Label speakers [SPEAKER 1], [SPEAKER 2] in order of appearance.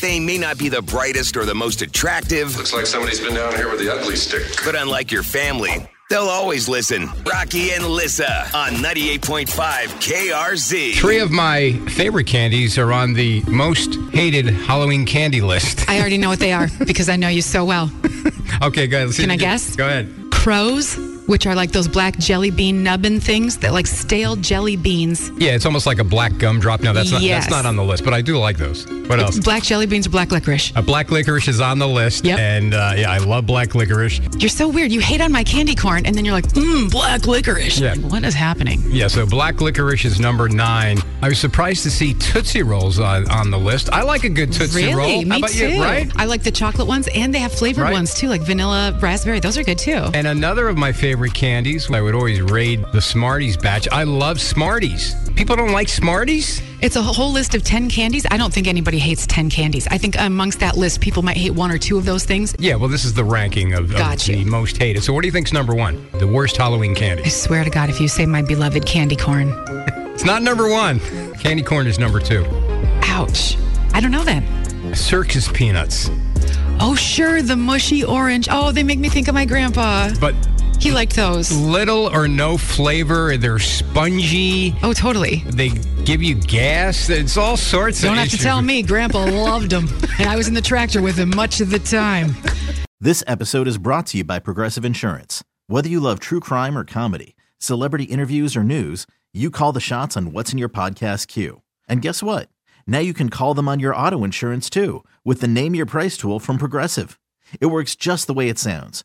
[SPEAKER 1] they may not be the brightest or the most attractive,
[SPEAKER 2] Looks like somebody's been down here with the ugly stick.
[SPEAKER 1] but unlike your family, they'll always listen. Rocky and Lissa on 98.5 KRZ.
[SPEAKER 3] Three of my favorite candies are on the most hated Halloween candy list.
[SPEAKER 4] I already know what they are because I know you so well.
[SPEAKER 3] Okay, go ahead. let's see
[SPEAKER 4] Can
[SPEAKER 3] what
[SPEAKER 4] I
[SPEAKER 3] you-
[SPEAKER 4] guess?
[SPEAKER 3] Go ahead.
[SPEAKER 4] Crows, which are like those black jelly bean nubbin things that like stale jelly beans.
[SPEAKER 3] Yeah, it's almost like a black gumdrop. No, that's not
[SPEAKER 4] Yes.
[SPEAKER 3] that's not on the list, but I do like those. What else?
[SPEAKER 4] Black jelly beans or black licorice.
[SPEAKER 3] Uh, black licorice is on the list,
[SPEAKER 4] Yep.
[SPEAKER 3] and uh, yeah, I love black licorice.
[SPEAKER 4] You're so weird. You hate on my candy corn and then you're like, mmm, black licorice.
[SPEAKER 3] Yeah.
[SPEAKER 4] Like, what is happening?
[SPEAKER 3] Yeah, so black licorice is number nine. I was surprised to see Tootsie Rolls on, on the list. I like a good Tootsie
[SPEAKER 4] really?
[SPEAKER 3] Roll.
[SPEAKER 4] Me
[SPEAKER 3] How about
[SPEAKER 4] too.
[SPEAKER 3] you? Right?
[SPEAKER 4] I like the chocolate ones and they have flavored
[SPEAKER 3] Right.
[SPEAKER 4] ones too, like vanilla, raspberry. Those are good too.
[SPEAKER 3] And another of my favorite candies, I would always raid the Smarties batch. I love Smarties. People don't like Smarties?
[SPEAKER 4] It's a whole list of 10 candies. I don't think anybody hates 10 candies. I think amongst that list, people might hate one or two of those things.
[SPEAKER 3] Yeah, well, this is the ranking of, of
[SPEAKER 4] Got you.
[SPEAKER 3] the most hated. So, what do you think's number one? The worst Halloween candy.
[SPEAKER 4] I swear to God, if you say my beloved candy corn,
[SPEAKER 3] It's not number one. Candy corn is number two.
[SPEAKER 4] ouch. I don't know then.
[SPEAKER 3] Circus peanuts.
[SPEAKER 4] Oh, sure, the mushy orange. Oh, they make me think of my grandpa.
[SPEAKER 3] But
[SPEAKER 4] He liked those.
[SPEAKER 3] little or no flavor. They're spongy.
[SPEAKER 4] Oh, totally.
[SPEAKER 3] They give you gas. It's all sorts of
[SPEAKER 4] Don't have to
[SPEAKER 3] issues.
[SPEAKER 4] tell me. Grandpa loved them. And I was in the tractor with him much of the time.
[SPEAKER 5] This episode is brought to you by Progressive Insurance. Whether you love true crime or comedy, celebrity interviews or news, you call the shots on what's in your podcast queue. And guess what? Now you can call them on your auto insurance too with the Name Your Price tool from Progressive. It works just the way it sounds.